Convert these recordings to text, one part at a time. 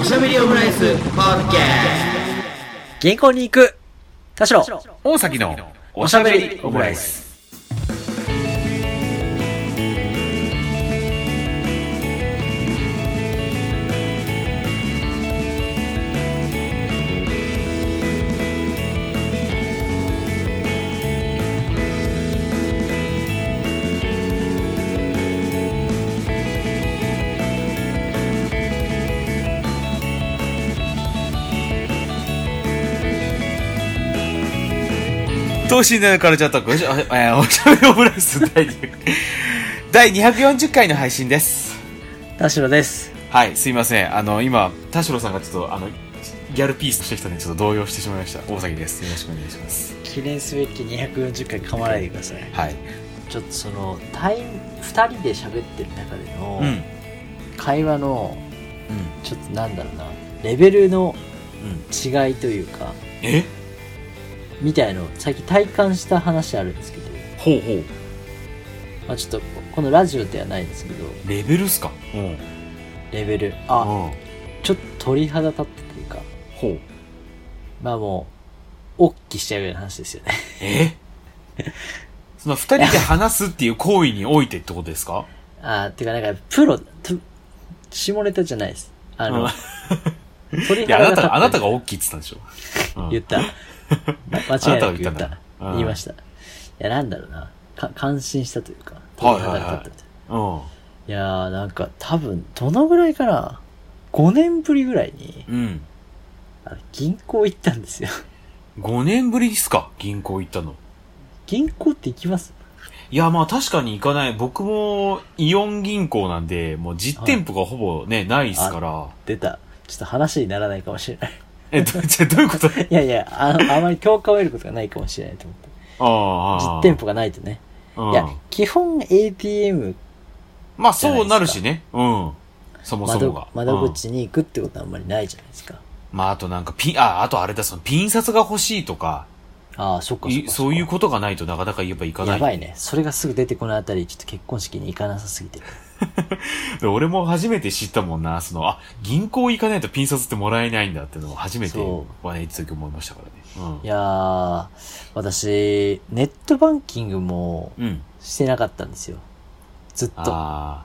おしゃべりオムライスポッケ銀行に行く田代大崎のおしゃべりオムライス等身大のカルチャートークおしゃ えーおしゃべりオムライス第2第240回の配信です田代ですはいすいませんあの今田代さんがちょっとあのギャルピースしてきたんでちょっと動揺してしまいました大崎ですよろしくお願いします記念すべき240回噛まないでくださいはいちょっとそのタイム2人で喋ってる中でのうんうん会話のちょっとなんだろうなレベルの違いというかえみたいのを最近体感した話あるんですけど、ほうほうまあ、ちょっとこのラジオではないんですけどレベルっすかうんレベルああちょっと鳥肌立ったというかほうまあもうおっきしちゃうような話ですよね え その二人で話すっていう行為においてってことですかあてかなんかプロと下ネタじゃないです あの、うん鳥いや、あ肌がな、立ったあなたが大きいって言ったんでしょ。うん言っ た。間違いなく言あなたが言っったた。んだうん言いました。いや、なんだろうな。か感心したというか。はいはいはい鳥肌が立ったみたいうん。ないやー、なんか多分、どのぐらいかな。5年ぶりぐらいに、うん。あの銀行行ったんですよ。 5年ぶりですか銀行行ったの。銀行って行きますいや、まあ確かに行かない。僕もイオン銀行なんで、もう実店舗がほぼね、ないですから。出た。ちょっと話にならないかもしれない。え、ど、じゃどうい うこといやいや、あの、あまり共感を得ることがないかもしれないと思って。ああ。実店舗がないとね。舗いや、基本 ATM まあそうなるしね。うん。そもそも窓が。窓うん口に行くってことはあんまりないじゃないですか。まああとなんかピン、あ、あとあれだ、そのピン札が欲しいとか、ああ、そっかそっかそっいか。そういうことがないとなかなかやっぱ行かなやい。ばいね。それがすぐ出てこないあたり、ちょっと結婚式に行かなさすぎてる。で俺も初めて知ったもんな、その、あ、銀行行かないとピン札ってもらえないんだってのを初めてそはね、一時思いましたからね。いやー、私、ネットバンキングもうん。うん。してなかったんですよ。ずっと。ああ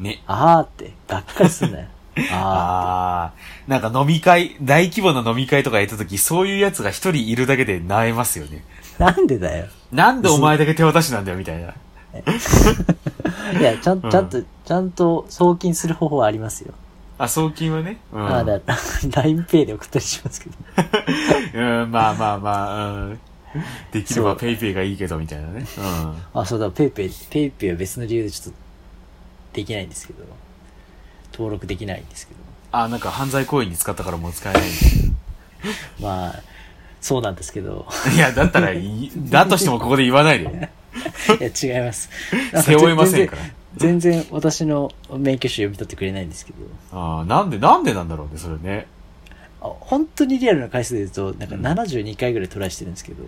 ー。ね。ーって、がっかりすんなよ。 ああー。なんか飲み会、大規模な飲み会とかやった時、そういうやつが一人いるだけで萎えますよね。ー。なんでだよ。なんでお前だけ手渡しなんだよ、みたいな。いや、ちゃんうと、んちゃんと、ちゃんと送金する方法はありますよ。あ、送金はね。うん。まあ、だ、LINEPay で送ったりしますけど。うん、まあまあまあ、うん。できれそばうペイペイがいいけど、みたいなね。うん。あ、そうだ、PayPay、PayPay は別の理由でちょっと、できないんですけど。登録できないんですけど。 あ、なんか犯罪行為に使ったからもう使えない。まあ、そうなんですけど。 いや、だったらいい、だとしてもここで言わないで。いや、違います。背負えませんから。全然。全然私の免許証読み取ってくれないんですけど、ああ、なんで、なんでなんだろうね、それね。あ本当にリアルな回数で言うと、なんか72回ぐらいトライしてるんですけど、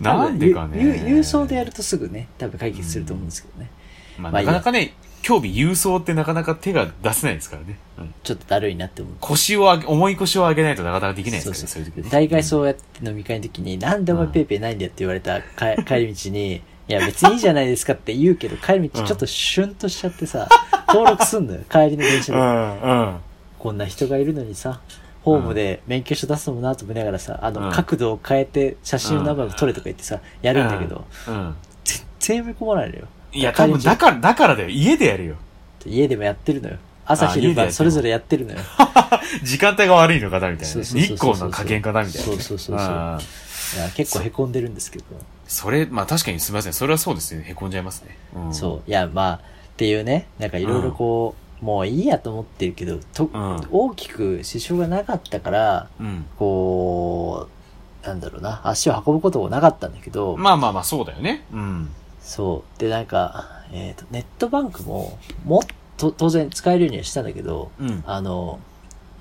なんでかね。多分ゆゆ郵送でやるとすぐね、多分解決すると思うんですけどね。まあ、まあいないかやなかね、競技郵送ってなかなか手が出せないですからね。うんちょっとだるいなって思う。腰を上げ、重い腰を上げないとなかなかできないですからね、そういう時ね大概そうやって飲み会の時に、なんでお前ペイペイないんだよって言われたか帰り道に、いや別にいいじゃないですかって言うけ ど、帰り道ちょっとシュンとしちゃってさ、登録すんのよ、帰りの電車うで。ん、うん。こんな人がいるのにさ、ホームで免許証出すのもなと思いながらさ、あうの、ん角度を変えて写真のナンバーが撮れとか言ってさ、やるんだけど、うん。全然読み込まないのよ。いや、多分、だから、だからだよ。家でやるよ。家でもやってるのよ。朝あ家昼でやってるの晩それぞれやってるのよ。時間帯が悪いのかな、みたいなそね。うそうそう日光の加減かな、みたいなね。そうそうそうそうんいや結構凹んでるんですけど。それ、まあ確かにすみません。それはそうですね。凹んじゃいますね。うんそう。いや、まあ、っていうね、なんかいろいろこう、もういいやと思ってるけど、とん大きく支障がなかったから、うん。こう、なんだろうな、足を運ぶこともなかったんだけど、まあまあまあ、そうだよね。うん。そう。で、なんか、えっ、と、ネットバンクも、もっと、当然使えるようにはしたんだけど、うん。あの、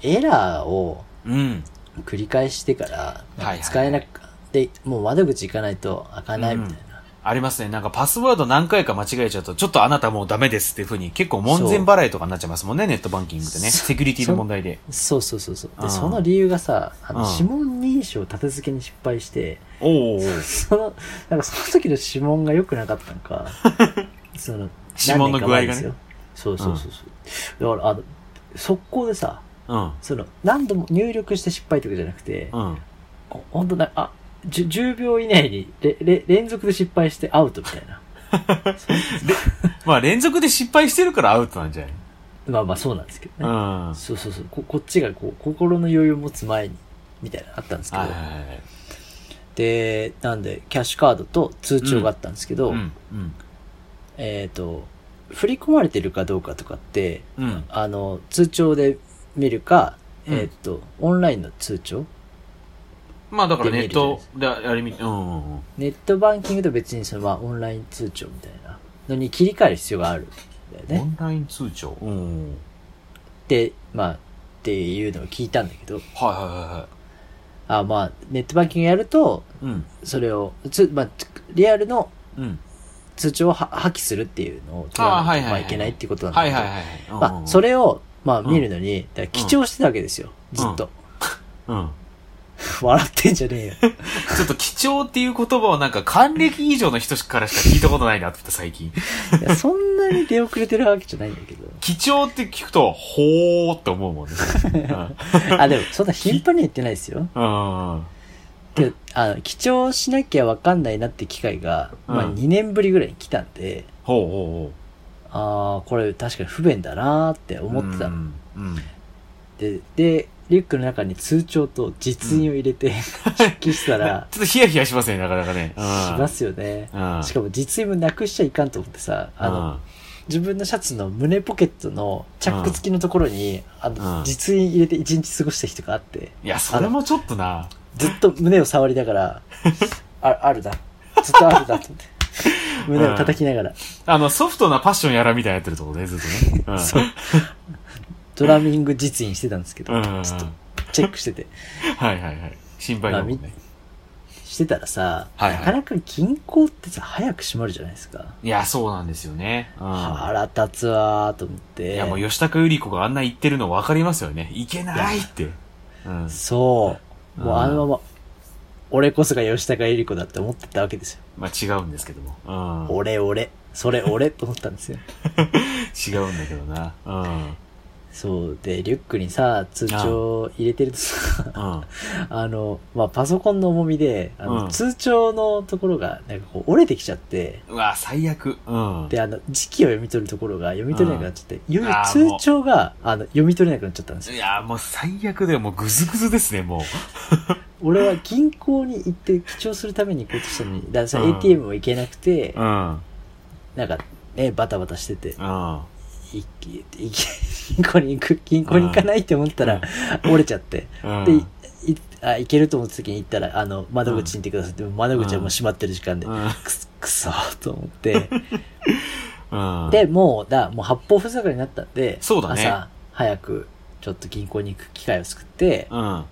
エラーをうん。繰り返してからはいはい、使えなく、で、もう窓口行かないと開かないみたいなありますね。なんかパスワード何回か間違えちゃうと、ちょっとあなたもうダメですっていうふうに、結構門前払いとかになっちゃいますもんね、ネットバンキングってね。そうセキュリティの問題で。そうそうそうそううでんその理由がさあうのん指紋認証立て付けに失敗して、 おお。そのなんかその時の指紋が良くなかったの かその指紋の具何年か合がね前ですよそうそうそうそう、だからあの速攻でさうん。その何度も入力して失敗ってことじゃなくて、うん。ほほんとなあじゅ 10, 秒以内にれれ連続で失敗してアウトみたいなまあ連続で失敗してるからアウトなんじゃまあまあそうなんですけどね、ないそうそうそうここっちがこう心の余裕を持つ前にみたいなのあったんですうん。けど、はいはいはいはい。でなんでキャッシュカードと通帳があったんですけど、うん。うん。えっ、と振り込まれてるかどうかとかってうん。あの通帳で見るか、うんえっ、とオンラインの通帳まあだからネットでありみ、うんうんうん。ネットバンキングと別にそのまあオンライン通帳みたいなのに切り替える必要があるんだよねオンライン通帳うんうん。って、まあ、っていうのを聞いたんだけど、はいはいはいはあまあ、ネットバンキングやると、い。うん。それを、つまあ、つリアルのうん。通帳をは破棄するっていうのを取らあーはないいはとまいはあいいけないっていうことなんだはけいど、はいはい。まあ、それ、れを、まあ、見るのに、だから記帳してたわけですよ、ずっと。 うん。笑ってんじゃねえよ。ちょっと貴重っていう言葉をなんか還暦以上の人からしか聞いたことないなと思って 最近。いやそんなに出遅れてるわけじゃないんだけど。貴重って聞くと、ほーって思うもんね。 あ、でも、そんな頻繁には言ってないですよ。うん。うんけど、あの、記帳しなきゃわかんないなって機会が、まあ、うん2年ぶりぐらいに来たんで、ほうほああ、これ確かに不便だなーってうほう。思ってたの。うん。うんで、で、リュックの中に通帳と実印を入れ て、出勤したら、ちょっとヒヤヒヤしますね、なかなかね。しますよね。うん。しかも実印もなくしちゃいかんと思ってさ、あの、うん、自分のシャツの胸ポケットのチャック付きのところに、あうんの、実印入れて一日過ごした日とかあって、いや、それもちょっとな。ずっと胸を触りながら、 あ、あるだ。ずっとあるだと思って。胸を叩きながら、あの、ソフトなパッションやらみたいにやってるとこね、ずっとね。うん。 そう。ドラミング実印してたんですけど、うん。ちょっとはチェックしてて。いはいはい。心配だもんまあね。してたらさ、はいはいなかなか銀行ってさ、早く閉まるじゃないですか。いや、そうなんですよね。うん。腹立つわーと思って。いや、もう吉高由里子があんな言ってるの分かりますよね。いけないって。うん。そう。もうあーあのまま、俺こそが吉高由里子だって思ってたわけですよ。まあ違うんですけども。うん。俺俺、それ俺と思ったんですよ。違うんだけどな。 うん。そう。で、リュックにさ、通帳入れてるとさ、うん。あの、まあ、パソコンの重みで、あのうん通帳のところが、なんかこう折れてきちゃって、うわ、最悪。うん。で、あの、時期を読み取るところが読み取れなくなっちゃって、いよいよあーも通う帳が、あの、読み取れなくなっちゃったんですよいや、もう最悪だよ。もうグズグズですね、もう。俺は銀行に行って記帳するために行こうとしたのに、だからさうん ATM も行けなくて、うん。うん。なんかね、バタバタしてて、あいいい銀行に行く、銀行に行かないって思ったら、折れちゃって。うんで、いあ行けると思った時に行ったら、あの、窓口に行ってくださいって、窓口はもう閉まってる時間で、うんくす、くそーと思 って。うん。で、もう、だ、もう八方ふさがになったんで、そうだね朝、早く、ちょっと銀行に行く機会を作って、うん。行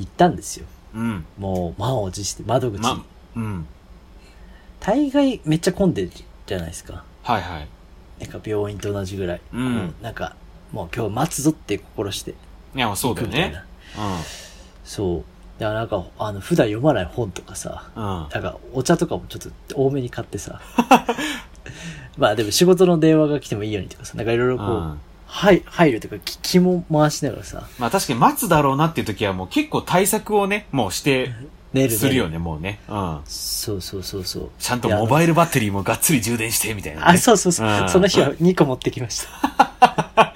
ったんですよ。うん。もう、満を持して、窓口に。ま、うん。大概めっちゃ混んでるじゃないですか。はいはい。なんか病院と同じぐらい。うんもなんか、もう今日待つぞって心していや、もうそう行だくよみたいねな。。うそう。だからなんか、あの、普段読まない本とかさ、ん。うん。なんかお茶とかもちょっと多めに買ってさ。 まあでも仕事の電話が来てもいいようにとかさ、なんかいろいろこう、うんはい、入るとか気気も回しながらさ、まあ確かに待つだろうなっていう時はもう結構対策をね、もうして、寝る寝するよね、もうね。うん。そうそうそうそう。ちゃんとモバイルバッテリーもがっつり充電して、みたいなね。あ、そうそうそう。うんその日は2個持ってきました。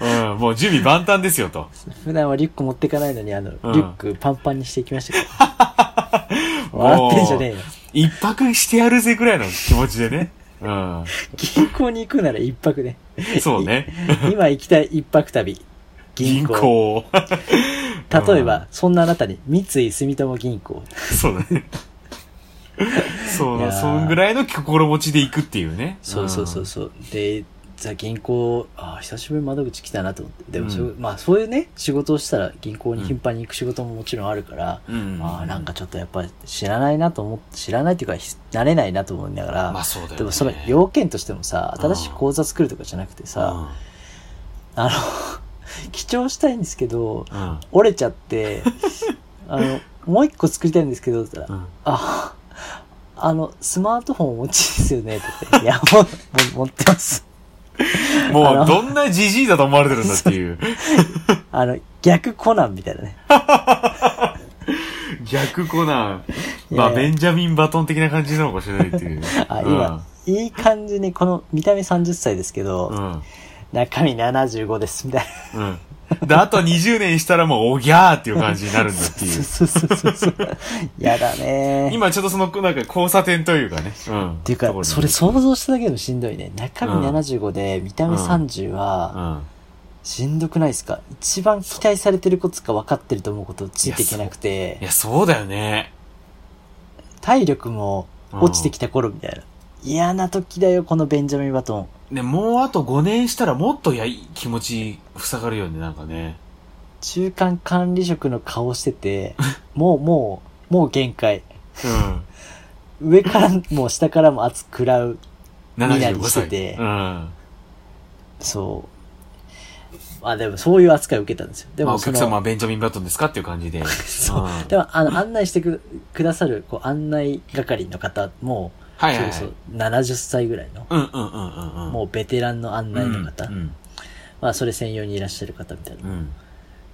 うん、もう準備万端ですよと。普段はリュック持っていかないのに、あの、うんリュックパンパンにしていきましたけ ど。笑ってんじゃねえよ。一泊してやるぜぐらいの気持ち でね。うん。銀行に行くなら一泊ね。そうね。今行きたい一泊旅。銀銀行。行。例えば、そんなあなたに、三井住友銀行。 そうだね。そういやだ、ーそんぐらいの心持ちで行くっていうね。そうそうそうそう。で、じゃあ銀行、ああ、久しぶりに窓口来たなと思って。でもそう、うまあそういうね、仕事をしたら銀行に頻繁に行く仕事ももちろんあるから、うんまあなんかちょっとやっぱ知らないなと思って、知らないっていうか、ひ慣れないなと思いながら、まあそうだよねでもその要件としてもさ、新しい口座作るとかじゃなくてさ、あの、 記帳したいんですけど、うんうん折れちゃっ て、あの、もう一個作りたいんですけど、って言ったら、うんあ、あの、スマートフォンお持ちですよね、って言って、いや、もう、もう持ってます。あものうどんなじじいだと思われてるんだっていうあの、逆コナンみたいなね。 逆コナンいやまあベンジャミン・バトン的な感じなのかもしれないっていうあ、今、いい感じに、この見た目30歳ですけど、うん中身75です、みたいな。うん、うん、であと20年したらもうおぎゃーっていう感じになるんだっていうそうそうそうそう。やだね今ちょっとそのなんか交差点というかね、うん、っっていうか、それ想像しただけでもしんどいね。中身うん75で、見た目30は、うんしんどくないですか一番期待されてることか分かってると思うことをついていけなくいて、やそうだよね体力も落ちてきた頃みたいな。嫌な時だよ、このベンジャミン・バトン。ねもうあと5年したらもっとやい気持ち塞がるよねなんかね中間管理職の顔して て、もうもう、もう限界。うん上からも下からも圧食らう。 75して歳てうんそう。まあでもそういう扱いを受けたんですよ。でまあ、もおそ客様の、はベンジャミン・バトンですかっていう感じで。 そんう。でもあの案内してくくださるこう案内係の方も、はいそはい、れはこい。そ70歳ぐらいの、うんうんうんうんうん。もうベテランの案内の方、うん。まあそれ専用にいらっしゃる方みたいなう。ん。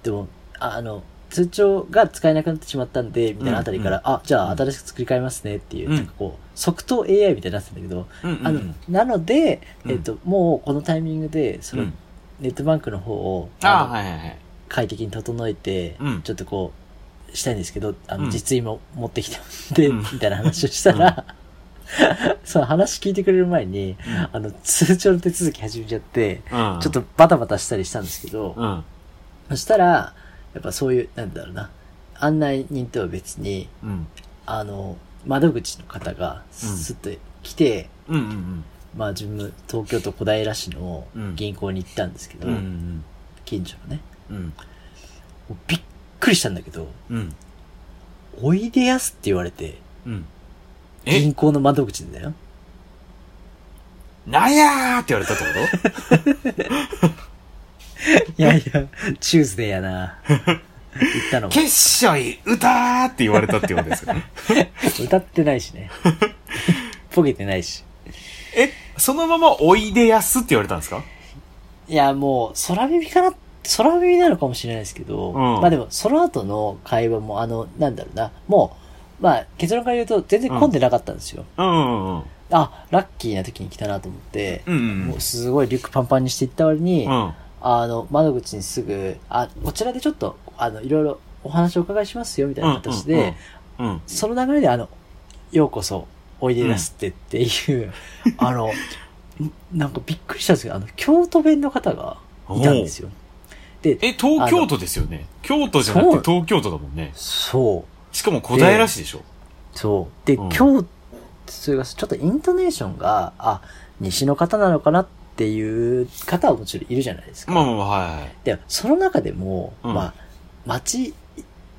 でも、ああの、通帳が使えなくなってしまったんで、みたいなあたりから、あ、じゃあ新しく作り替えますねっていう、うんなんかこう、即答 AI みたいになってたんだけど、うんうんうんあの、なので、うんえっ、と、もうこのタイミングで、そうんの、ネットバンクの方を、あああ、のはいはいはい。快適に整えて、うんちょっとこう、したいんですけど、あうの、ん実印も持ってきてんで、うんみたいな話をしたら、 その話聞いてくれる前に、あの、通帳の手続き始めちゃって、うん。ちょっとバタバタしたりしたんですけど、うん。そしたら、やっぱそういう、なんだろうな、案内人とは別に、うん。あの、窓口の方がスッと来て、うんうんまあ自分、東京都小平市のうん銀行に行ったんですけど、うん。うんうん近所のね。うん。うん。もうびっくりしたんだけど、うん。おいでやすって言われて、うん。え銀行の窓口だよ。なんやーって言われたってこいやいや、チューズデーやな。行った のとも。決勝い歌ーって言われたっていうことですよね。 歌ってないしね。ポゲてないし。え、そのままおいでやすって言われたんですかいや、もう、空耳かな、空耳なのかもしれないですけど、んまあでも、その後の会話も、あの、なんだろうな、もう、まあ、結論から言うと、全然混んでなかったんですよ。うんうんうん。あ、ラッキーな時に来たなと思って、うんうんもう、すごいリュックパンパンにしていった割に、うん。うん。あの、窓口にすぐ、あ、こちらでちょっと、あの、いろいろお話をお伺いしますよ、みたいな形で、うん。うん。その流れで、あの、ようこそ、おいでなすってっていう、あの、んなんかびっくりしたんですけど、あの、京都弁の方がいたんですよ。で、え、東京都ですよね。京都じゃなくて東京都だもんね。そう、しかも小平市でしょ。そう。で、うん京都、それがちょっとイントネーションが、あ、西の方なのかなっていう方はもちろんいるじゃないですか。まあまあまあ、はいはい。で、その中でも、うんまあ、町、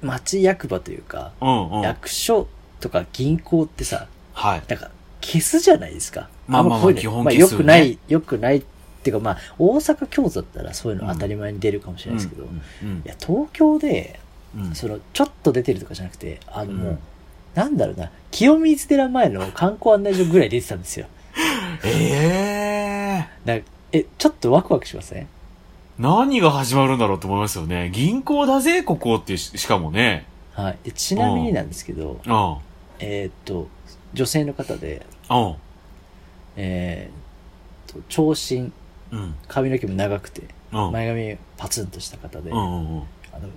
町役場というか、うんうん。役所とか銀行ってさ、はい。なんか、消すじゃないですか。まあまあまあんこういうの基本まあ、消良すよくねない、良くないっていうか、まあ、大阪京都だったらそういうの当たり前に出るかもしれないですけど、いうんや、東京で、うんその、ちょっと出てるとかじゃなくて、あの、うんもう、なんだろうな、清水寺前の観光案内所ぐらい出てたんですよ。ええなんかえ、ちょっとワクワクしません何が始まるんだろうと思いますよね。銀行だぜ、ここってし、しかもね。はい。でちなみになんですけど、うん。うん。えーっと、女性の方で、えーっと、長身、うん。髪の毛も長くて、うん。前髪パツンとした方で、うんうんうん。あの、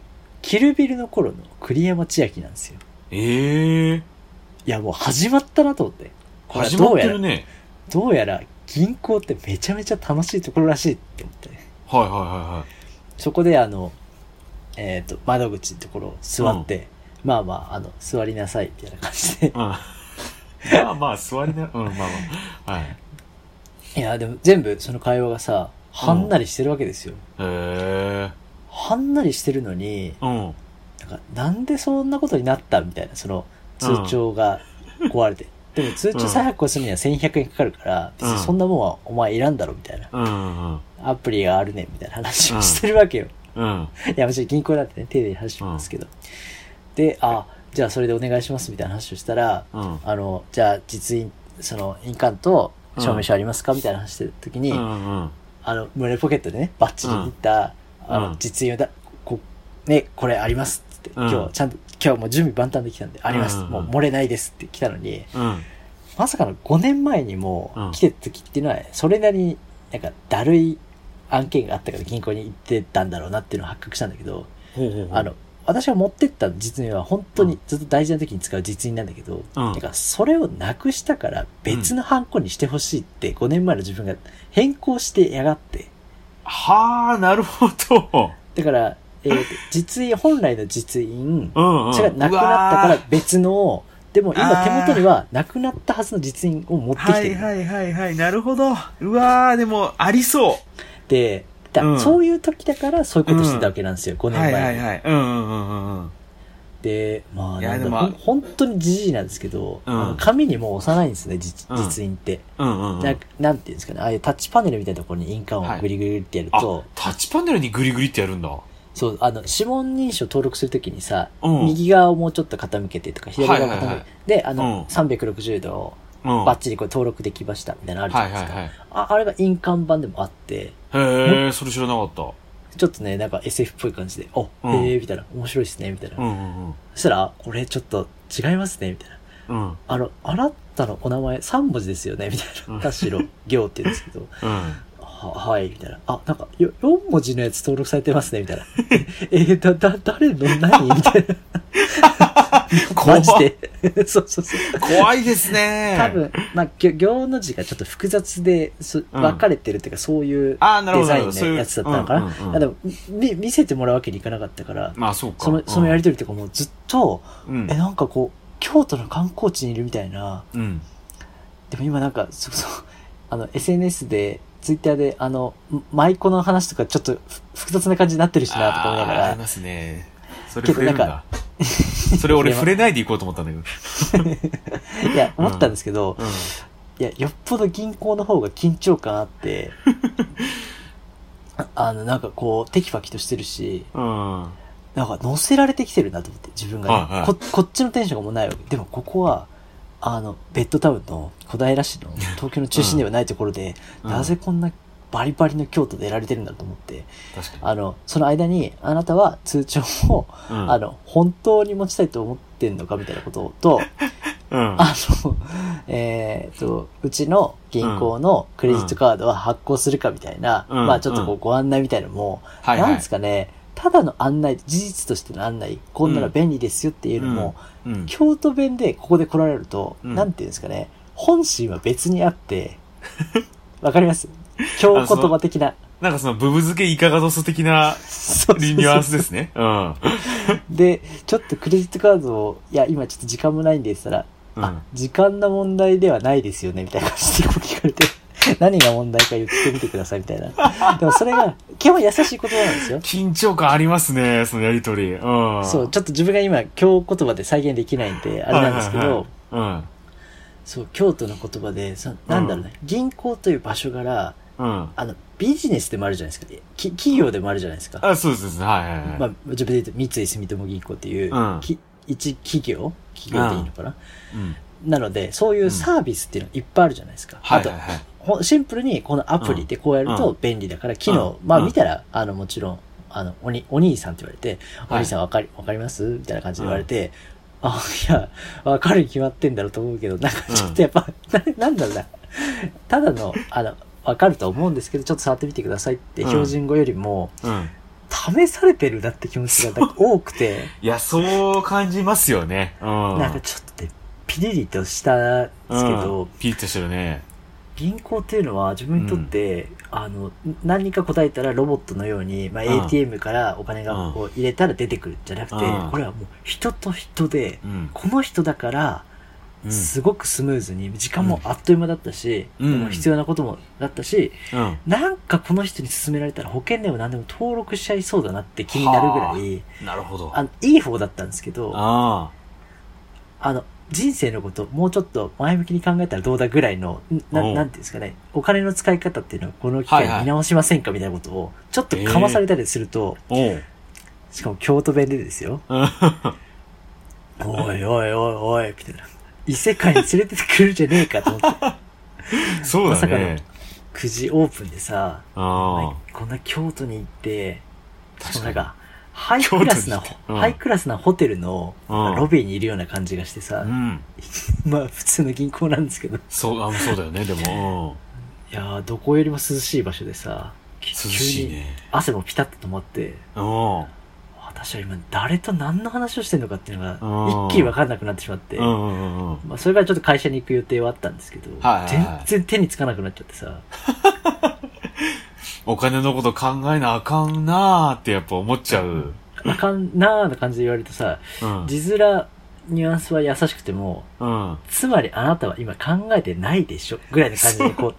キルビルの頃の栗山千明なんですよ。ええいや、もう始まったなと思って。これは始まどっうてやるら、ね。どうやら銀行ってめちゃめちゃ楽しいところらしいって思って。はいはいはそこであの、えっ、と、窓口のところ座って、まあまあ、あの、座りなさいみたいな感じで いはい。うん。まあまあ、座りな、うん、まあまあ。はい。いや、でも全部その会話がさ、はんなりしてるわけですよ。へえ。はんなりしてるのに、うん。なんか、なんでそんなことになったみたいな、その、通帳が壊 れて。でも通帳再発行するには1100円かかるから、別にそんなもんはお前いらんだろみたいな。うんうん。アプリがあるねみたいな話をしてるわけよ。うん。いや、もちろん銀行なんてね、丁寧に話しますけど。で、あ、じゃあそれでお願いしますみたいな話をしたら、うん。あの、じゃあ実印、その印鑑と証明書ありますかみたいな話してる時に、うんうん。あの、胸ポケットでね、バッチリ入った、うんあうのん、実印をだ、こう、ね、これありますっつって、うん今日、ちゃんと、今日もう準備万端できたんで、あります、うんうんもうんう漏れないですって来たのに、うん。まさかの5年前にうもん来てた時っていうのは、それなりになんかだるい案件があったから銀行に行ってたんだろうなっていうのを発覚したんだけど、ほうほうほう。あの、私が持ってった実印は本当にずっと大事な時に使う実印なんだけど、うんだからそれをなくしたから別のハンコにしてほしいって5年前の自分が変更してやがって、はあ、なるほど。だから、えーと実印、本来の実印、うんうん。それがなくなったから別のを、でも今手元にはなくなったはずの実印を持ってきはている。はいはいはい。なるほど。うわー、でも、ありそう。で、だうんそういう時だからそういうことしてたわけなんですよ、5年は前いに。はいはい。うんうんうんうん。で、まあ、いやなんでだもほん本当にじじいなんですけど、うんあの紙にもう押さないんですね、実うん実印って、うんうんうん。な。なんていうんですかね、ああいうタッチパネルみたいなところに印鑑はいをグリグリってやると、あ、タッチパネルにグリグリってやるんだ。そう、あの、指紋認証登録するときにさ、うん右側をもうちょっと傾けてとか、左側を傾けて、はいはいはいで、あうの、ん360度をうん。バッチリこれ登録できましたみたいなのあるじゃなはいいではすいか。はい。ああれが印鑑版でもあって、へえ、それ知らなかった。ちょっとね、なんか SF っぽい感じで、お、うんへえ、みたいな、面白いですね、みたいな。うんうんうん。そしたら、あこれちょっと違いますね、みたいな。うん。うん。あの、あなたのお名前3文字ですよね、みたいうな。ん田代行って言うんですけど、 は、はい、みたいな。あ、なんか、よ4文字のやつ登録されてますね、みたいな。 えー、だ、だ、誰の何みたいな。怖 マいジで。そうそうそう。怖いですね。多。分、まあ、行行の字がちょっと複雑で、そうん分かれてるっていうか、そういうあーなるデほどザインそういのうやつだったのかな。うんうんうんあでもみ、見せてもらうわけにいかなかったから、まあそうか。その、そのやりり、とりとかもずっと、うんえ、。なんかこう、京都の観光地にいるみたいな、うん。でも今なんか、そうそう、あの、SNS で、ツイッターで、あの、舞妓の話とかちょっとふ複雑な感じになってるしな、とか思いながあーあらり、ますね。それけ触どれなるんんかだ。 それ俺触れないでいこうと思ったんだけど。いや、思ったんですけど、うん。いや、よっぽど銀行の方が緊張感あ って、ああの、なんかこう、テキパキとしてるし、うん。なんか乗せられてきてるなと思って、自分が、ねはいはいこ。こっちのテンションがもうないわけ。でもここは、あの、ベッドタウンの小平市の東京の中心ではないところで、うんなぜこんなバリバリの京都でやられてるんだと思って、確かあの、その間に、あなたは通帳を、に。うんあ、の、本当に持ちたいと思ってんのかみたいなこと と、うん。あの、えーっと、うちの銀行のクレジットカードは発行するかみたいな、うんまあちょっとこううご案内みたいなのも、はいはい。なんですかね、ただの案内、事実としての案内、こんなの便利ですよっていうのも、うん。京都弁でここで来られると、うんなんていうんですかね、本心は別にあ って、わかります京言葉的な。なんかその、ブブ漬けイカガドス的なそうそうそうニュアンスですね。うん。で、ちょっとクレジットカードを、いや、今ちょっと時間もないんで、って言ったら、うんあ、時間の問題ではないですよね、みたいな感じでこう聞かれて、何が問題か言ってみてください、みたいな。でもそれが、基本優しい言葉なんですよ。緊張感ありますね、そのやりとり。うん。そう、、ちょっと自分が今、京言葉で再現できないんで、あれなんですけど、。うん。そう、京都の言葉で、そなんだろうね、銀行という場所から、うん。あの、ビジネスでもあるじゃないですか。き企業でもあるじゃないですか。あ、そうです、そうですはいはいはい。まあ、自分で言うと、三井住友銀行っていう、うんき一企業企業でいいのかな、うん。なので、そういうサービスっていうのいっぱいあるじゃないですか。はあいとはい、はい。ほんシンプルにこのアプリでこうやるうと便利だから、機能、うんまあうん見たら、あの、もちろん、あの、おに、お兄さんって言われて、はいお兄さんわかり、わかりますみたいな感じで言われて、あ、いや、わかるに決まってんだろうと思うけど、なんかうんちょっとやっぱ、ななんだろうな。ただの、あの、わかると思うんですけど、ちょっと触ってみてくださいって、うん標準語よりも、うん。試されてるなって気持ちがなんか多くて、いや、そう感じますよね。うん。なんかちょっとね、ピリリとしたんですけど、うんピリッとしてるね。銀行っていうのは自分にとって、あの何か答えたらロボットのように、まあ、うん ATM からお金うがんこう入れたら出てくるんじゃなくて、うんこれはもう人と人でうん。この人だからうんすごくスムーズに、時間もあっという間だったし、うんでも必要なこともだったし、うん。なんかこの人に勧められたら保険でも何でも登録しちゃいそうだなって気になるぐらい、なるほど。あの、いい方だったんですけど、ああの、人生のこと、もうちょっと前向きに考えたらどうだぐらいの、なおうなんていうんですかね、お金の使い方っていうのをこの機会はいはにい見直しませんかみたいなことを、ちょっとかまされたりすると、あ。おう。しかも京都弁でですよ、おいおいおいおい、みたいな。異世界に連れてってくるじゃねえかと思 って、 そうだまね。 9時オープンでさ、あこんな京都に行って、あ。しかもなん確かか、ハイクラスな京都に行っ、てうんハイクラスなホテルの、うんロビーにいるような感じがしてさに。う、ん。まあ普通の銀行なんですけど、そう、あそうだよね、でも。いやーどこよりも涼しい場所でさ、き涼しい急にね。汗もピタッと止まって、うん。私は今誰と何の話をしてるのかっていうのうんが、一気に分かんなくなってしまって、うんうんうんうん。まあ、それからちょっと会社に行く予定はあったんですけど、はいはいはい全然手につかなくなっちゃってさ、お金のこと考えなあかんなあってやっぱ思っちゃう。あかんなーな感じで言われるとさ、うん。字面、ニュアンスは優しくても、うん。つまりあなたは今考えてないでしょぐらいの感じでこ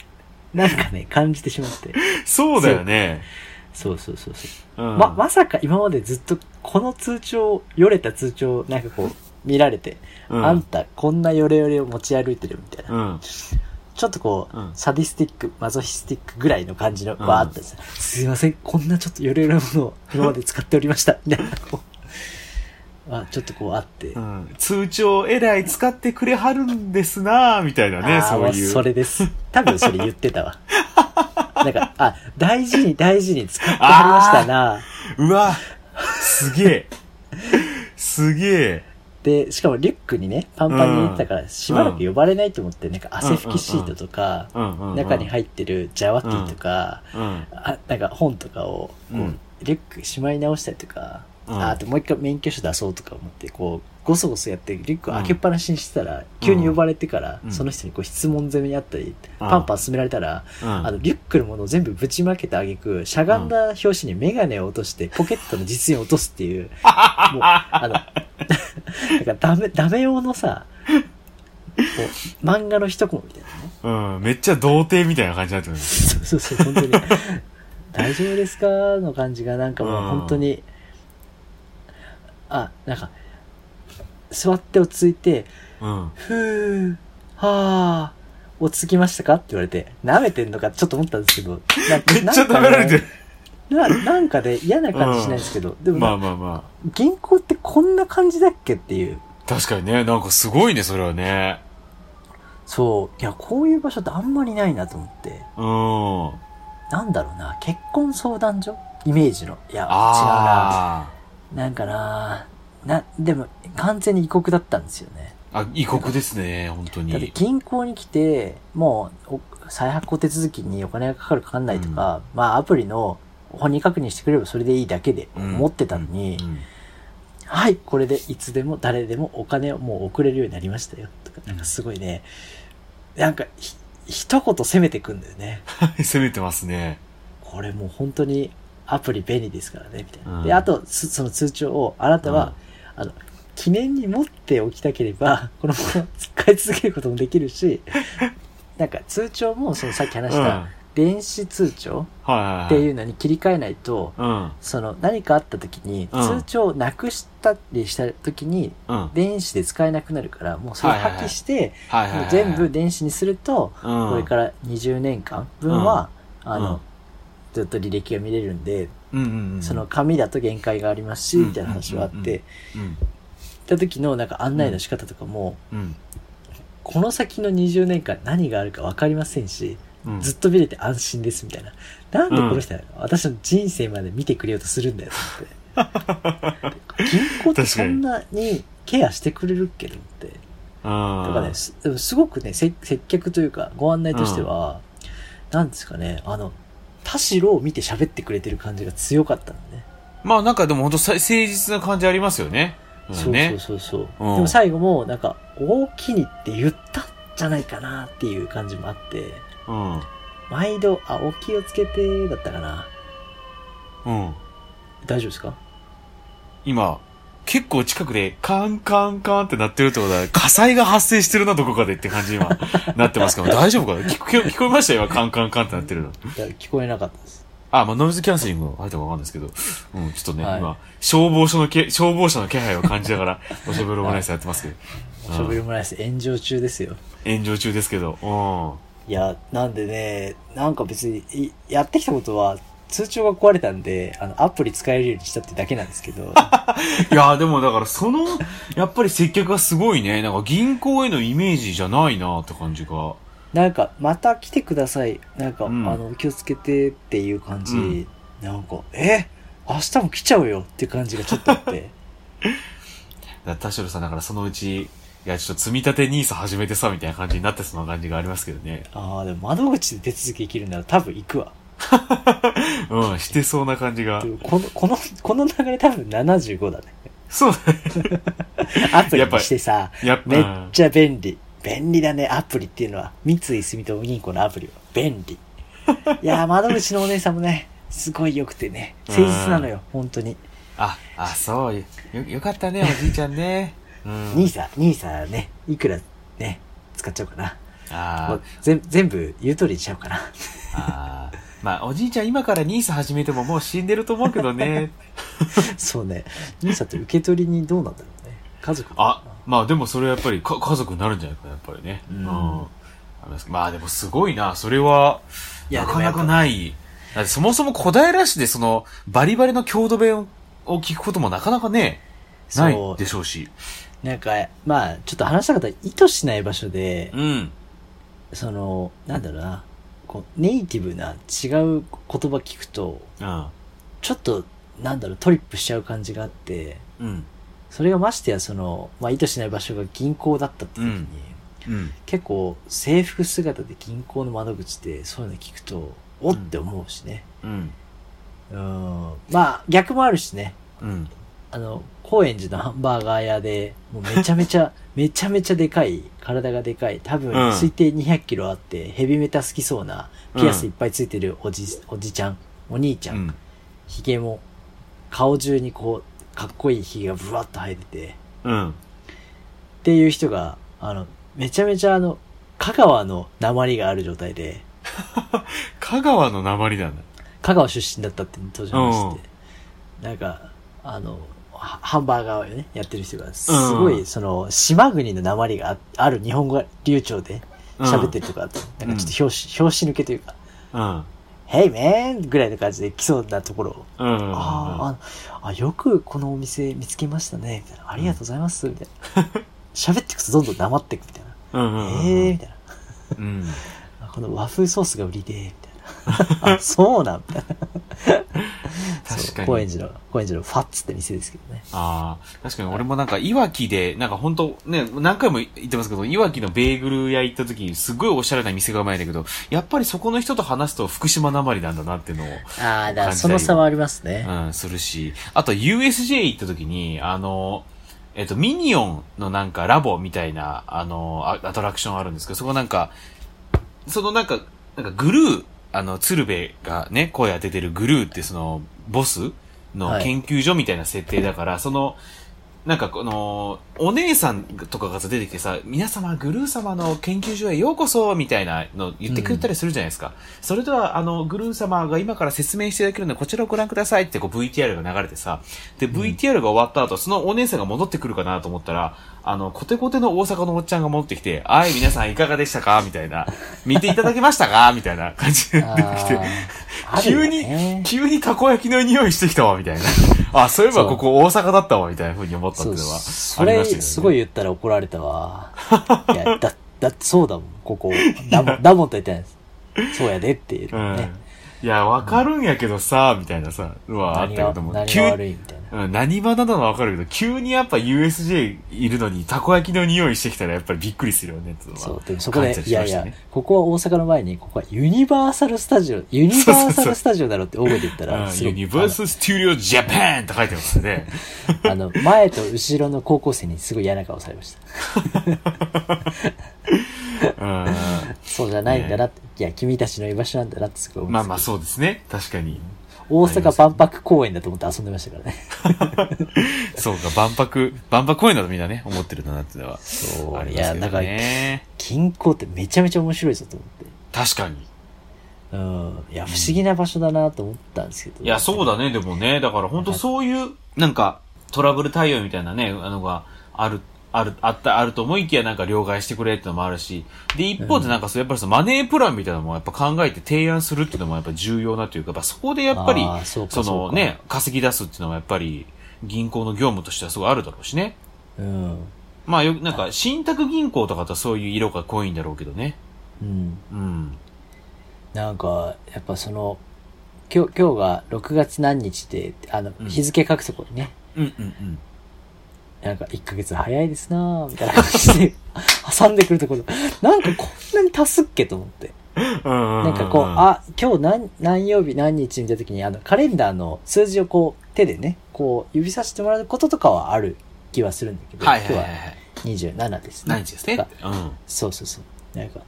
う、なんかね、感じてしまって。そうだよね。そうそうそうそう。うん。ま、まさか今までずっとこの通帳を、よれた通帳をなんかこう、見られて、うんあんたこんなヨレヨレを持ち歩いてるみたいな。うん。ちょっとこう、うんサディスティック、マゾヒスティックぐらいの感じの、うんわーってさ、すいません、こんなちょっとヨレヨレのものを今まで使っておりました、みたいな、こう、 あちょっとこうあって、うん通帳えらい使ってくれはるんですなあみたいなね、あーそうもいう。それです。多分それ言ってた わ。なんか、あ、大事に大事に使ってはりましたな。うわすげえ。すげえ。で、しかもリュックにね、パンパンに入れてたから、しばらく呼ばれないと思って、なんか汗拭きシートとか、うんうんうん。中に入ってるジャワティとか、うん。あなんか本とかを、こううんリュックしまい直したりとか、うんああともう一回免許証出そうとか思って、こう、ごそごそやって、リュック開けっぱなしにしてたら、急に呼ばれてから、うんその人にこう質問攻めにあったり、うんパンパン進められたら、うんあの、リュックのものを全部ぶちまけてあげく、しゃがんだ表紙にメガネを落として、ポケットの実印を落とすって いう、もう、あの、 なんかダメ、ダメ用のさ、こう漫画の一コマみたいなね。うん。めっちゃ童貞みたいな感じになってくる。そうそうそう、本当 に。大丈夫ですかの感じが、なんかもう本当に、あ、なんか、座って落ち着いて、うん。ふー、はー、落ち着きましたかって言われて、舐めてんのかちょっと思ったんですけど、めっちゃ食べられてる。ななんかで嫌な感じしないですけど、でもな、まあまあまあ。銀行ってこんな感じだっけっていう。確かにね、なんかすごいね、それはね。そう。いや、こういう場所ってあんまりないなと思って。うん。あなんだろうな。結婚相談所イメージの。いや、違うな。あー。なんかな。な、でも、完全に異国だったんですよね。あ、異国ですね、本当だってに。銀行に来て、もう、お再発行手続きにお金がかかるかかんないとか、まあ、アプリの本人確認してくれればそれでいいだけでうん思ってたのに、うん はい、これでいつでも誰でもお金をもう送れるようになりましたよ。とか、なんかすごいね、なんかひ、一言攻めてくんだよね。攻めてますね。これもう本当にアプリ便利ですからね、みたいな。うんで、あと、すその通帳を、あなたは、あの、記念に持っておきたければ、このまま使い続けることもできるし、なんか通帳も、そのさっきうん。話しはいた、電子通帳はい。。っていううのに切り替えないと、うん。その何かあった時に、うん通帳をなくしたりした時に、うん。はい電子で使えなくなるから、もうそれをはいはいはい破棄して、はいもはうい。全部電子にすると、うん、これから20年間分は、あうんの、ずっと履歴が見れるんで、うんうんうん、その、紙だと限界がありますし、うんみたいな話はあっうんうんうんて、行うん。った時のなんか案内の仕方とかも、うん。この先の20年間何があるか分かりませんし、うん、ずっと見れて安心ですみたいな。なんでこの人は私の人生まで見てくれようとするんだよ って銀行ってそんなにケアしてくれるっけと思って。うん。だからね、すでもすごくね、せ接客というか、ご案内としては、なんですかね、あの、田代を見て喋ってくれてる感じが強かったのね。まあなんかでも本当さ誠実な感じありますよね。んそうそねうそうそう。うんでも最後も、なんか、大きにって言ったんじゃないかなっていう感じもあって、うん。毎度、あ、お気をつけて、だったかな。うん。大丈夫ですか今、結構近くでカンカンカンってなってるってことは、火災が発生してるな、どこかでって感じ今、なってますけど、大丈夫かな聞こえ、聞こえました今、カンカンカンってなってるの。いや聞こえなかったです。あ、まあ、ノイズキャンセリングも入ったかわかんないですけど、うん、ちょっとね、はい今、消防署のけ、消防車の気配を感じながら、 おしゃべりオムライスやってますけど、おしゃべりもないです。炎上中ですよ。炎上中ですけど、うん。いや、なんでね、なんか別に、いやってきたことは、通帳が壊れたんで、あの、アプリ使えるようにしたってだけなんですけど、いやーでもだからその、やっぱり接客がすごいね。なんか銀行へのイメージじゃないなーって感じが。なんか、また来てください。なんか、うんあの、気をつけてっていう感じ、うんなんか、え明日も来ちゃうよって感じがちょっとあ って。だ田代さんだからそのうち、いやちょっと積み立て NISA 始めてさみたいな感じになってそうな感じがありますけどね。ああ、でも窓口で手続きできるなら多分行くわ。うん、してそうな感じがで。もこの、この、この流れ多分75だね。 そうだね。アプリにしてさ、やっぱ、めっちゃ便利。便利だね、アプリっていうのは。三井住友銀行のアプリは。便 利。いやー、窓口のお姉さんもね、すごい良くてね、誠実なのよ、本当に。あ、あ、そう。よ、よかったね、おじいちゃんね。うん。ニーサ、ニーサね、いくらね、使っちゃおうかな。もあう全全部言う通りにしちゃおうかな。 ーあー。まあ、おじいちゃん今から NISA 始めてももう死んでると思うけどね。そうね、ニーサって受け取りにどうなんだろうね。家族 あ、まあでもそれはやっぱりか家族になるんじゃないかな、やっぱりね。うんありますまあでもすごいな、それは、いやなかなかない。だってそもそも小平市でその、バリバリの郷土弁を聞くこともなかなかね、そなういでしょうし。なんか、まあ、ちょっと話したかったら意図しない場所で、うん。その、なんだろうな、こうネイティブな違う言葉聞くと、うん。ちょっと、なんだろう、トリップしちゃう感じがあって、うん。それがましてや、その、まあ、意図しない場所が銀行だったって時に、うんうん。結構、制服姿で銀行の窓口で、そういうの聞くと、おって思うしね。うん。うん、まあ、逆もあるしね。うん。あの、高円寺のハンバーガー屋で、もうめちゃめち ゃ、めちゃめちゃでかい、体がでかい、多分、うん推定200キロあって、ヘビメタ好きそうな、ピアスいっぱいついてるおじ、おじちゃん、お兄ちゃ、うんん。ひげも、顔中にこう、かっこいいひげがブワッと生えてて、うん。っていう人が、あの、めちゃめちゃあの、香川の鉛がある状態で、香川の鉛なんだ。香川出身だったって当時話してて、なんか、あの、ハハンバーガーをね、やってる人が、すごうい、んその、島国の鉛があある日本語が流暢でうん喋ってるとか、なんかちょっと表紙、表紙抜けというか、うん。 Hey man! ぐらいの感じで来そうなところを、うん。あーあ、あ、よくこのお店見つけましたね、みたいな。ありがとうございます、みたい な。喋っていくとどんどん黙っていくみたいな。うん。うん。ええー、みたいな。うん。あこの和風ソースが売りで、みたいな。あ、そうなんみたいな。確そかうに。高円寺の、高円寺のファッツって店ですけどね。ああ、確かに俺もなんか、いわきで、なんか本当ね、何回も言ってますけど、いわきのベーグル屋行った時に、すごいおしゃれな店が前だけど、やっぱりそこの人と話すと福島なまりなんだなっていうのああ、だから感じそたりの差はありますね。を、うん、するし、あと USJ 行った時に、あの、えっと、ミニオンのなんかラボみたいな、あの、アアトラクションあるんですけど、そこなんか、そのなんか、なんかグルー、あの、鶴瓶がね、声当ててるグルーってその、ボスのはい研究所みたいな設定だから、その、なんかこの、お姉さんとかが出てきてさ、皆様、グルー様の研究所へようこそみたいなの言ってくれたりするじゃないですか。それでは、あの、グルー様が今から説明していただけるので、こちらをご覧くださいってこう VTR が流れてさ、で、VTR が終わった後、そのお姉さんが戻ってくるかなと思ったら、あの、コテコテの大阪のおっちゃんが戻ってきて、はい、皆さんいかがでしたかみたいな。見ていただけましたかみたいな 感じで出あてきて。ーあるよ急ねに、急にたこ焼きの匂いしてきたわ、み たいな。あ、そういえばここ大阪だったわ、みたいな風に思ったっそていううのはそありまれしたけどね。すごい言ったら怒られたわいやだだってそうだもんここダモダモンと言ってないですそうやでっていううんね、。いや、わかるんやけどさ、みたいなさ、うわ、あった何けどがも、何急がに悪いみたいなうん、何場なのはわかるけど、急にやっぱ USJ いるのに、たこ焼きの匂いしてきたらやっぱりびっくりするよね、っていうのはそうでもそこで、感じいやたりいしましたやねここは大阪の前にここはユニバーサル・スタジオユニバーサル・スタジオだろって大声で言ったらうんすごユいニバーサル・ステューディオ・ジャパンって書いてます ね。あのあの前と後ろの高校生にすごい嫌な顔されましたうんそうじゃないんだなって、いや君たちの居場所なんだなってすごい思まあってまあそうですね。確かに。大阪万博公園だと思って遊んでましたからね。そうか、万博、万博公園だとみんなね、思ってるんだなっていうのは。そあいりますや、けなんどか、ね。銀行ってめちゃめちゃ面白いぞと思って。確かに。うん。いや、不思議な場所だなと思ったんですけど。いや、そうだね、でもね。だから本当そういう、なんか、トラブル対応みたいなね、あのが、ある、ある、あった、あると思いきやなんか両替してくれってのもあるし、で、一方でなんかそう、やっぱりそのマネープランみたいなのもやっぱ考えて提案するっていうのもやっぱ重要なというか、やっぱそこでやっぱりあー、そうかそそうのかね、稼ぎ出すっていうのはやっぱり、銀行の業務としてはすごいあるだろうしね。うん。まあよ、なんか、信託銀行とかとはそういう色が濃いんだろうけどね。うん。うん。なんか、やっぱその、今日、今日が6月何日で、あの、うん日付書くとこにね、うんうんうん。なんか1ヶ月早いですなぁ、みたいな感じで 挟んでくるところ、なんかこんなに足すっけと思って。ななんかこう、あ、今日何、何曜日何日見た時に、あの、カレンダーの数字をこう、手でね、こう、指さしてもらうこととかはある気はするんだけど、はいはいはいは今い。日は27ですね。何日ですねとか。うん。そうそうそう。なんか、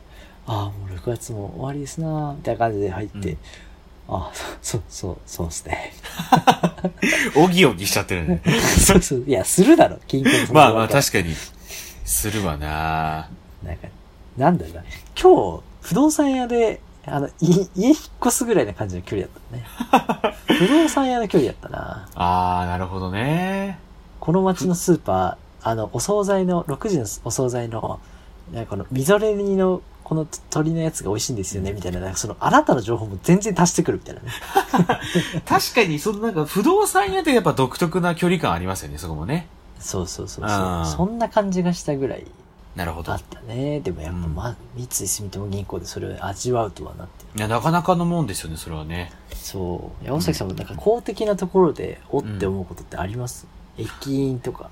ああ、もう6月も終わりですなぁみたいな感じで入って、うんああ、そう、そう、そうですね。おぎおぎしちゃってるね。 そうそう。いや、するだろ、金庫のまあまあ確かかに。するわなに。なんか、なんだろうな。今日、不動産屋で、あの、い家引っ越すぐらいな感じの距離だ ったね。不動産屋の距離だったな。ああ、なるほどね。この町のスーパー、あの、お惣菜の、6時のお惣菜の、なんかこの、みぞれ煮の、この鳥のやつが美味しいんですよね、みたいな、なんかその、あなたの情報も全然足してくるみたいなね。確かに、そのなんか不動産屋ってやっぱ独特な距離感ありますよね、そこもね。そうそうそうそう。あーそんな感じがしたぐらいなるほあどっ。たね。でもやっぱ、うんま、三井住友銀行でそれを味わうとはなって。いや、なかなかのもんですよね、それはね。そう。山崎さんもなんか公的なところでおって思うことってあります、駅員とか。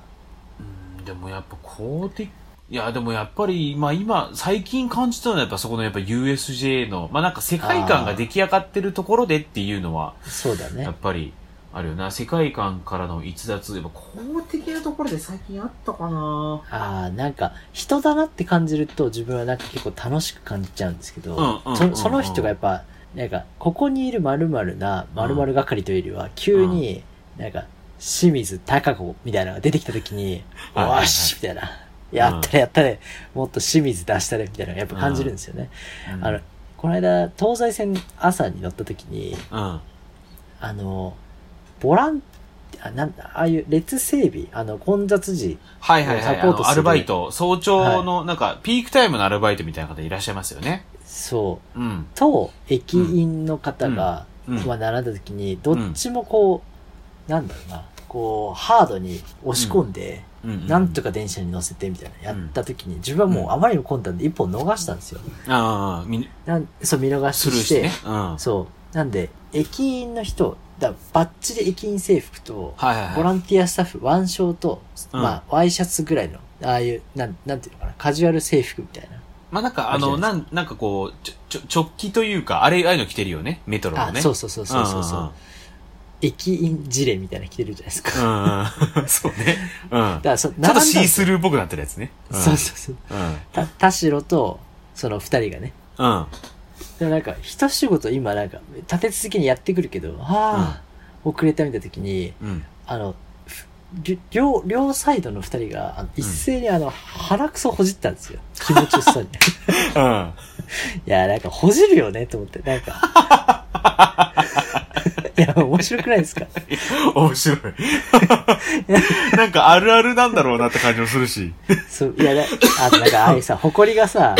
うん、でもやっぱ公的、いや、でもやっぱり、まあ今、最近感じたのはやっぱそこのやっぱ USJ の、まあなんか世界観が出来上がってるところでっていうのは、そうだやっね。ぱり、あるよな。世界観からの逸脱、やっぱ公的なところで最近あったかなああ、なんか人だなって感じると自分はなんか結構楽しく感じちゃうんですけど、うんうんうんうんそその人がやっぱ、なんかここにいる〇〇な〇〇係というよりは急になんか清水貴子みたいなのが出てきた時に、お はいはいはいーしみたいな。やったれやったれ、もっと清水出したれみたいなのやっぱ感じるんですよね。うんあの、この間東西線朝に乗った時に、うん。あの、ボランあなんだ、ああいう列整備、あの、混雑時、はいはいはい。サポートあのすアるルバイト、早朝の、なんか、ピークタイムのアルバイトみたいな方いらっしゃいますよね。そう、うん。と、駅員の方が、うんうんまあ、並んだ時に、どっちもこう、なんだろうな、こう、ハードに押し込んで、うんうんなんとか電車に乗せてみたいな、やった時に、自分はもうあまりにも混んだんで、一本逃したんですよ。ああ、みん、なんそう、見逃しスルーししてて、ね。うん。はいそう。なんで、駅員の人、だバッチリ駅員制服と、はいはい。ボランティアスタッフ、腕章と、うんまあ、ワイシャツぐらいの、ああいう、なん、なんていうのかな、カジュアル制服みたいな。まあなんか、ああるじゃの、ななんなん、かこう、ちょ、ちょ、直帰というか、あれ、ああいうの着てるよね。メトロのあ、ね。そううそうそうそうそうそう。駅員事例みたいなの着てるじゃないですか。んうんうん。 うんうんそうね。うん。だからそ、ちょちょっとシースルーっぽくなってるやつね。んそうそうそう。うん。た、田代と、その二人がね。うん。でもなんか、一仕事今なんか、立て続けにやってくるけど、ああ、遅れたみたいな時に、うん。あの、ふり両、両サイドの二人が、あの一斉にあの、腹くそほじったんですよ。気持ちよさ そうに。うん。いや、なんか、ほじるよね、と思って、なんか。 いや、面白くないですか面白い。 なんかあるあるなんだろうなって感じもするし。そう、いや、なあとなんか、ああいうさ、埃が さ、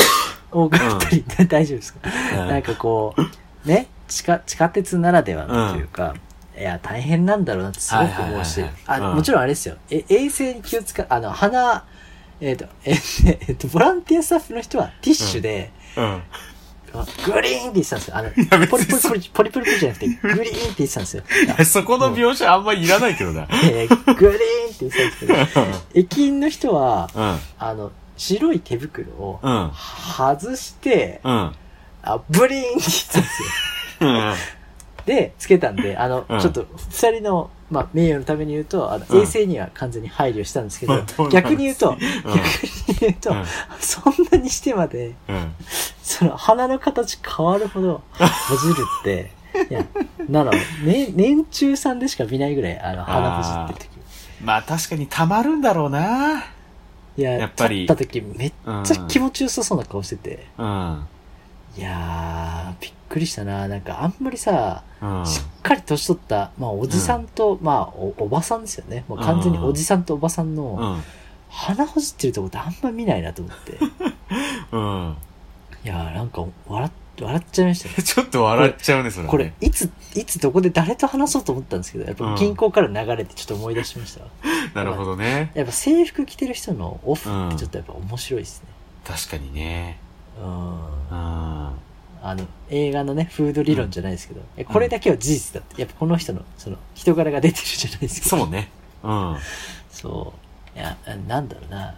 多かったり、大丈夫ですか、なんかこう、ね、地下、地下鉄ならではのというか、いや、大変なんだろうなってすごく思うしはいはい、はいはいあうんもちろんあれですよ、え衛生に気を使う、あの、鼻、えっ、と、えーえーと、ボランティアスタッフの人はティッシュで、うん。あグリーンって言ってたんですよ。あの、や別にポリポリポリ、ポリポリポリじゃなくて、グリーンって言ってたんですよ。いやそこの描写あんまりいらないけどな。えーグリーンって言ってたんですけど、駅員の人は、うん。あの、白い手袋をうん。外して、うん。あ、ブリーンって言ってたんですよ。うん。で、つけたん で、あの、うんちょっと、二人の、まあ、名誉のために言うと、あの、うん衛生には完全に配慮したんですけど、まあそうなんです逆に言う と、逆に言うと、うんそんなにしてまで、うん。 その、鼻の形変わるほど、ほじるって、いや、なの、ね、年中さんでしか見ないぐらい、あの、あー鼻くじってる時。まあ確かに溜まるんだろうな。いや、ややっぱりった時めっうん。ちゃ気持ちよさそうな顔してて。うん。いやー、びっくりしたな。なんかあんまりさ、うん。しっかり年取った、まあおじさんと、まあおおばさんですよね。もう完全におじさんとおばさんうのん。鼻ほじってるとこってあんま見ないなと思って。うん。いやー、なんか笑っ笑っちゃいましたね。ちょっと笑っちゃうね、それ、ね。これ、いつ、いつどこで誰と話そうと思ったんですけど、やっぱ銀行から流れてちょっと思い出しましたわ。なるほどね。やっぱ制服着てる人のオフってちょっとやっぱ面白いですね。確かにね。うん。うん。あの、映画のね、フード理論じゃないですけど、えこれだけは事実だって。やっぱこの人の、その、人柄が出てるじゃないですか。そうね。うん。そう。いや、なんだろうな。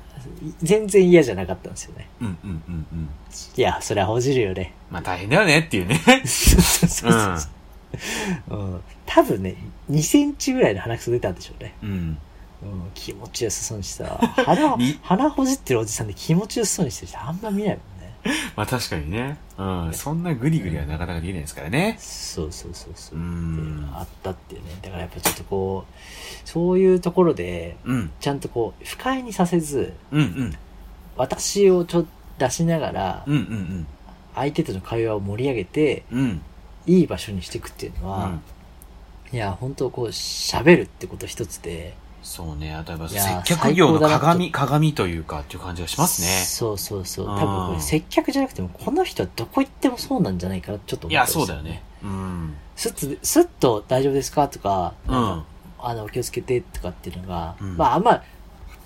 全然嫌じゃなかったんですよね。うんうんうんうん。いや、そりゃほじるよね。まあ大変だよねっていうね。そうそうそうそう。うん。多分ね、2センチぐらいの鼻くそ出たんでしょうね。うん。うん、気持ちよさそうにしてた。 鼻をに、鼻ほじってるおじさんで気持ちよさそうにしてる人あんま見ないもんね。まあ確かにね。うん。そんなグリグリはなかなかできないですからね。そうそうそうそうう。っていうのんが。あったっていうね。だからやっぱちょっとこう、そういうところで、うん。ちゃんとこう、不快にさせず、うんうん。私をちょっと出しながらう、んうん相手との会話を盛り上げて、うん。うん。いい場所にしていくっていうのは、いや、本当こう、喋るってこと一つで。そうね。例えばいや接ー客業の最高だなと鏡、鏡というかっていう感じがしますね。そうそうそう。うん多分これ接客じゃなくても、この人はどこ行ってもそうなんじゃないかな、ちょっと思ったいや、りしてそうだよね。。うん。すっと、すっと大丈夫ですかとか、うなんんか。あの、お気をつけてとかっていうのが、うんまああんま、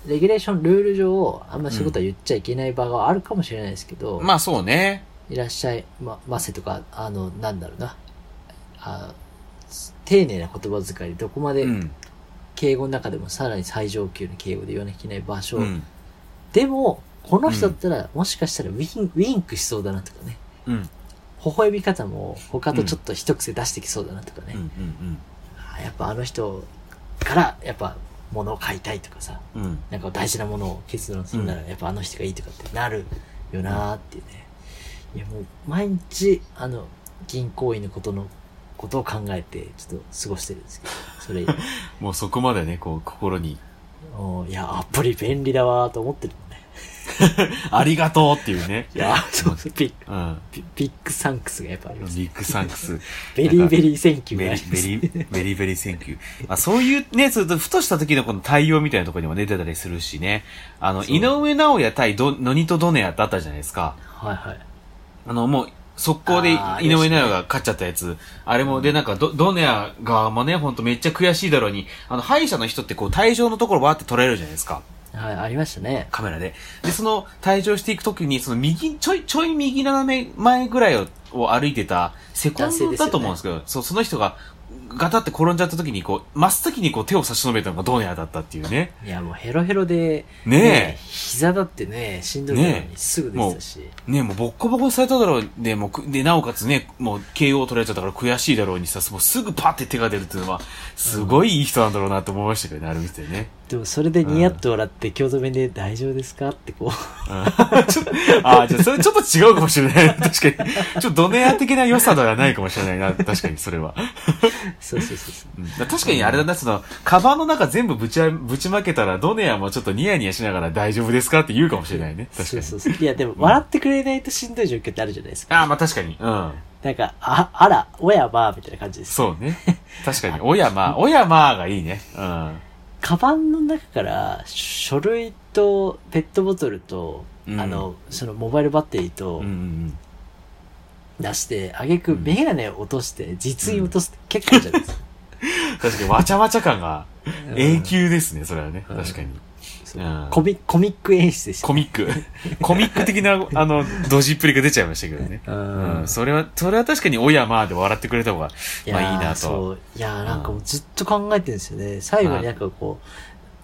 レギュレーション、ルール上、あんまそういうことは言っちゃいけない場があるかもしれないですけど、まあそうね。いらっしゃいま、ませとか、あの、なんだろうな。あ丁寧な言葉遣いで、どこまでうん。敬語の中でもさらに最上級の敬語で言わなきゃいけない場所。うん。でも、この人だったら、もしかしたらウィンウィンクしそうだなとかね。うん。微笑み方も他とちょっと一癖出してきそうだなとかね。うん。うん。あやっぱあの人から、やっぱ物を買いたいとかさ、うん。うん。なんか大事なものを結論するなら、やっぱあの人がいいとかってなるよなーっていうね。いやもう、毎日、あの、銀行員のことの、ことを考えて、ちょっと過ごしてるんですけど、そ れ以来。もうそこまでね、こう、心に、おいや、アプリ便利だわーと思ってるもんね。ありがとうっていうね。いや、 そうそう、ビッグうん。ビビッグサンクスがやっぱあります。ビッグサンクス。ベリーベリーセンキューがベあリります。ー、ベリー、ベリーベリーセンキュー。まあ、そういうね、それとふとした時のこの対応みたいなところにも出てたりするしね。あの、そう井上直也対ど、ノニとドネアってあったじゃないですか。はいはい。あの、もう、速攻であー井上直也が勝っちゃったやつ。あれも、で、なんかド、ドネアが、まあね、ほんとめっちゃ悔しいだろうに、あの、歯医者の人ってこう、退場のところバーって捉えるじゃないですか。はい、ありましたね。カメラで。で、その、退場していくときに、その右、ちょい、ちょい右斜め前ぐらいをを歩いてた、セコンドだと思うんですけど、そう、その人が、ガタって転んじゃったときに、こう、真っ先にこう手を差し伸べたのがドネアだったっていうね。いや、もうヘロヘロで、ね膝だってね、しんどいのにすぐ出てたし。え、ねえ、もうボッコボコにされただろう。で、もうく、で、なおかつね、もう KO 取られちゃったから悔しいだろうにさ、もうすぐパって手が出るっていうのは、すごいいい人なんだろうなと思いましたけどね、あれ見てね。でもそれでニヤッと笑って、京都弁で大丈夫ですかってこ うんちょっとああ、じゃあそれちょっと違うかもしれないな。確かに。ちょっとドネア的な良さではないかもしれないな。確かに、それは。う、そうそうそうそう。うん確かにあれだな、その、カバンの中全部ぶちあ、ぶちまけたら、ドネアもちょっとニヤニヤしながら大丈夫ですかって言うかもしれないね。確かそうに。そうそう。いや、でも笑ってくれないとしんどい状況ってあるじゃないですか。ああ、まあ確かに。うん。なんか、あ、あら、おやまあ、みたいな感じです。そうね。確かに。おやま、おやまがいいね。うん。カバンの中から、書類と、ペットボトルと、うんあの、そのモバイルバッテリーとうんうんうん。出して、あげくうんメガネを落として、実印落とすって結構あるじゃないですか。確かに、わちゃわちゃ感が永うん久ですね、それはね。うん確かに。そううんコミコミック演出でした。コミック。コミック的な、あの、ドジっぷりが出ちゃいましたけどね。うんうんそれは、それは確かに、おやまあで笑ってくれた方が、いやまーあいいなと。そう。いやーなんかもうずっと考えてるんですよね。最後になんかこう、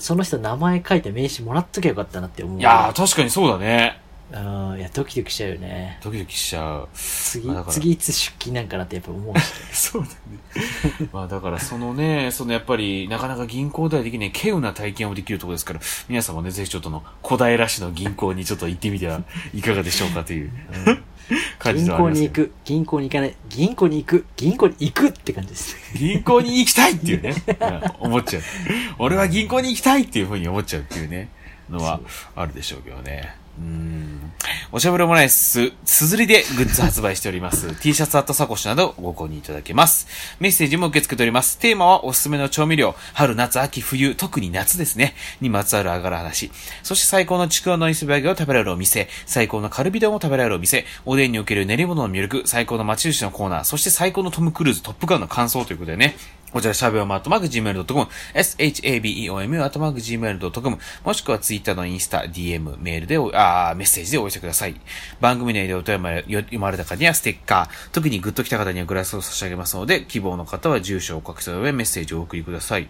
その人の名前書いて名刺もらっときゃよかったなって思う。いやー、確かにそうだね。うん、いや、ドキドキしちゃうよね。ドキドキしちゃう。次まあだか、ら次いつ出勤なんかなってやっぱ思うし。そうだね。 まあだからそのね、そのやっぱりなかなか銀行ではできない稀有な体験をできるところですから、皆さんもね、ぜひちょっとの小平市の銀行にちょっと行ってみてはいかがでしょうかという。うん 感じ銀のあり行ますにけ行どく、銀行に行かない、銀行に行く、銀行に行くって感じです。銀行に行きたいっていうね、 うん思っちゃう。俺は銀行に行きたいっていうふうに思っちゃうっていうね、のはあるでしょうけどね。うん。おしゃべりオムライス、すずりでグッズ発売しております。T シャツアットサコッシュなどご購入いただけます。メッセージも受け付けております。テーマはおすすめの調味料、春、夏、秋、冬、特に夏ですね、にまつわる上がる話。そして最高のちくわのイスバ揚げを食べられるお店、最高のカルビ丼を食べられるお店、おでんにおける練り物の魅力、最高の町主のコーナー、そして最高のトム・クルーズ、トップガンの感想ということでね、こちら、しゃべおま、とまく gmail.com、shabeomu、あとまく gmail.com、もしくはツイッターのインスタ、DM、メールでお、あーメッセージでお寄せください。番組内でお便りを読まれた方にはステッカー、特にグッと来た方にはグラスを差し上げますので、希望の方は住所をお書き添えメッセージをお送りください。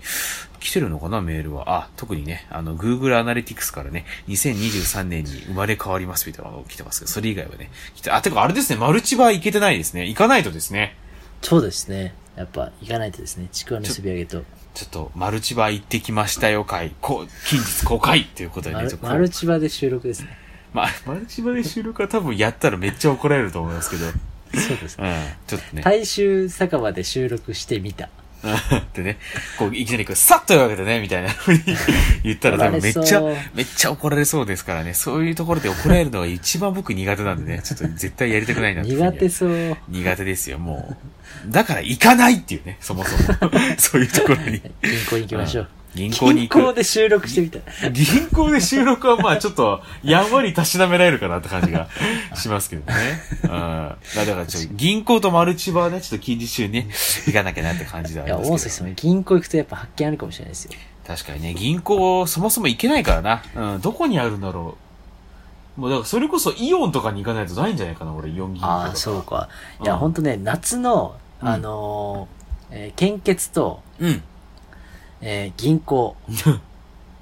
来てるのかな、メールは。あ、特にね、あの、Google Analytics からね、2023年に生まれ変わりますみたいなのが来てますけど、それ以外はね、来て、あ、てかあれですね、マルチバー行けてないですね。行かないとですね。そうですね。やっぱ行かないとですね、ちくわのすび揚げと。ちょっと、マルチバー行ってきましたよ会、こう、近日公開っていうことでマね、ちルょっとこうマルチバで収録ですね。まマルチバーで収録は多分やったらめっちゃ怒られると思いますけど、うん、 そうですね。ちょっとね、大衆酒場で収録してみた。ってね、こう、いきなりこう、さっというわけでね、みたいなふうに言ったら多分めっ怒られちゃそう、めっちゃ怒られそうですからね、そういうところで怒られるのが一番僕苦手なんで ね、ちょっと絶対やりたくないなっていうふうに苦手そう。苦手ですよ、もう。だから行かないっていうね、そもそ も。そういうところに。銀行に行きましょう。うん銀行に行く銀行で収録してみた。銀行で収録はまあちょっと、やんわりたしなめられるかなって感 じがしますけどね。うん。だからちょっと銀行とマルチバーはね、ちょっと近日中にね、行かなきゃなって感じではいあや、りますけど。大崎さん、銀行行くとやっぱ発見あるかもしれないですよ。確かにね、銀行そもそも行けないからな。うん、どこにあるんだろう。もうだからそれこそイオンとかに行かないとないんじゃないかな、俺、イオン銀行とか。ああ、そうか。うんいや、ほんとね、夏の、うんあのーえー献血と、うん。えー銀 行。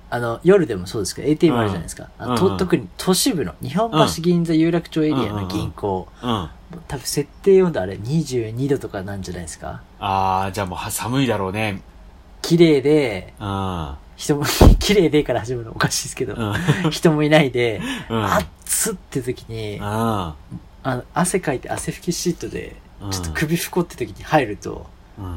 あの、夜でもそうですけど、ATM あるじゃないですか。あのとうんうん特に都市部の、日本橋銀座有楽町エリアの銀行。うん。あ多分設定温度あれ22度とかなんじゃないですか。あー、じゃあもうは寒いだろうね。綺麗で、うん。人も、 綺麗でから始まるのおかしいですけどう、ん。うん。人もいないで、うん。あっつって時に、あの、汗かいて汗拭きシートで、うんちょっと首拭こうって時に入ると、うん。も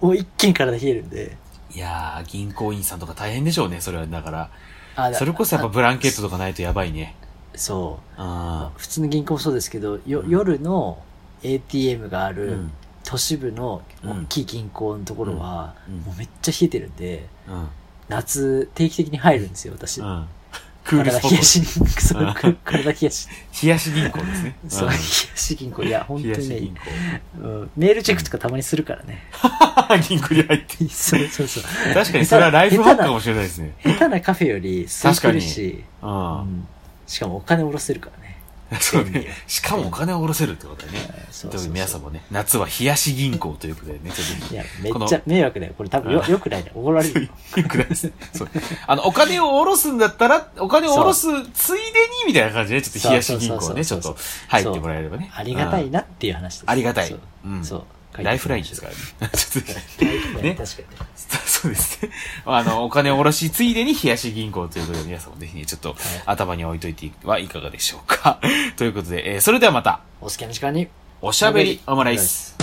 うもう一気に体冷えるんで、いやー、銀行員さんとか大変でしょうね、それは。だから。あだそれこそやっぱブランケットとかないとやばいね。そうんう。。普通の銀行もそうですけど、ようん夜の ATM があうるん。都市部の大きい銀行のところは、うんうんもうめっちゃ冷えてるんで、うん。夏定期的に入るんですよ、私。うん。クール体スポ冷やッしに、 そうく体冷やし、ト。冷やし銀行ですね。 そう、ん冷やし銀行。いや、本当冷やしに銀ね行。 うんメールチェックとかたまにするからね。銀行に入って。そうそうそう。確かにそれはライフハックかもしれないですね。下手なカフェより空いてるし、う。うんん、しかもお金下ろせるからね。そうね。しかもお金を下ろせるってことだね。そ特に皆さんもね、夏は冷やし銀行ということでね、ちょっといねや、めっちゃ迷惑だよ。これ多分よ、よくないね。怒られるよ。よくないですね。そう。あの、お金を下ろすんだったら、お金を下ろすついでにみたいな感じで、ちょっと冷やし銀行ね、ちそょうっそうそうそうと入ってもらえればね。ありがたいうん。なっていう話です。ありがたいそう。うん。そう。。ライフラインですすからね。ちょっとライフラインね確かに。そうですね。あの、お金を下ろしついでに冷やし銀行ということで、皆さんもぜひね、ちょっと頭に置いといてはいかがでしょうか。ということで、えーそれではまた、お好きな時間に。おしゃべりオムライス。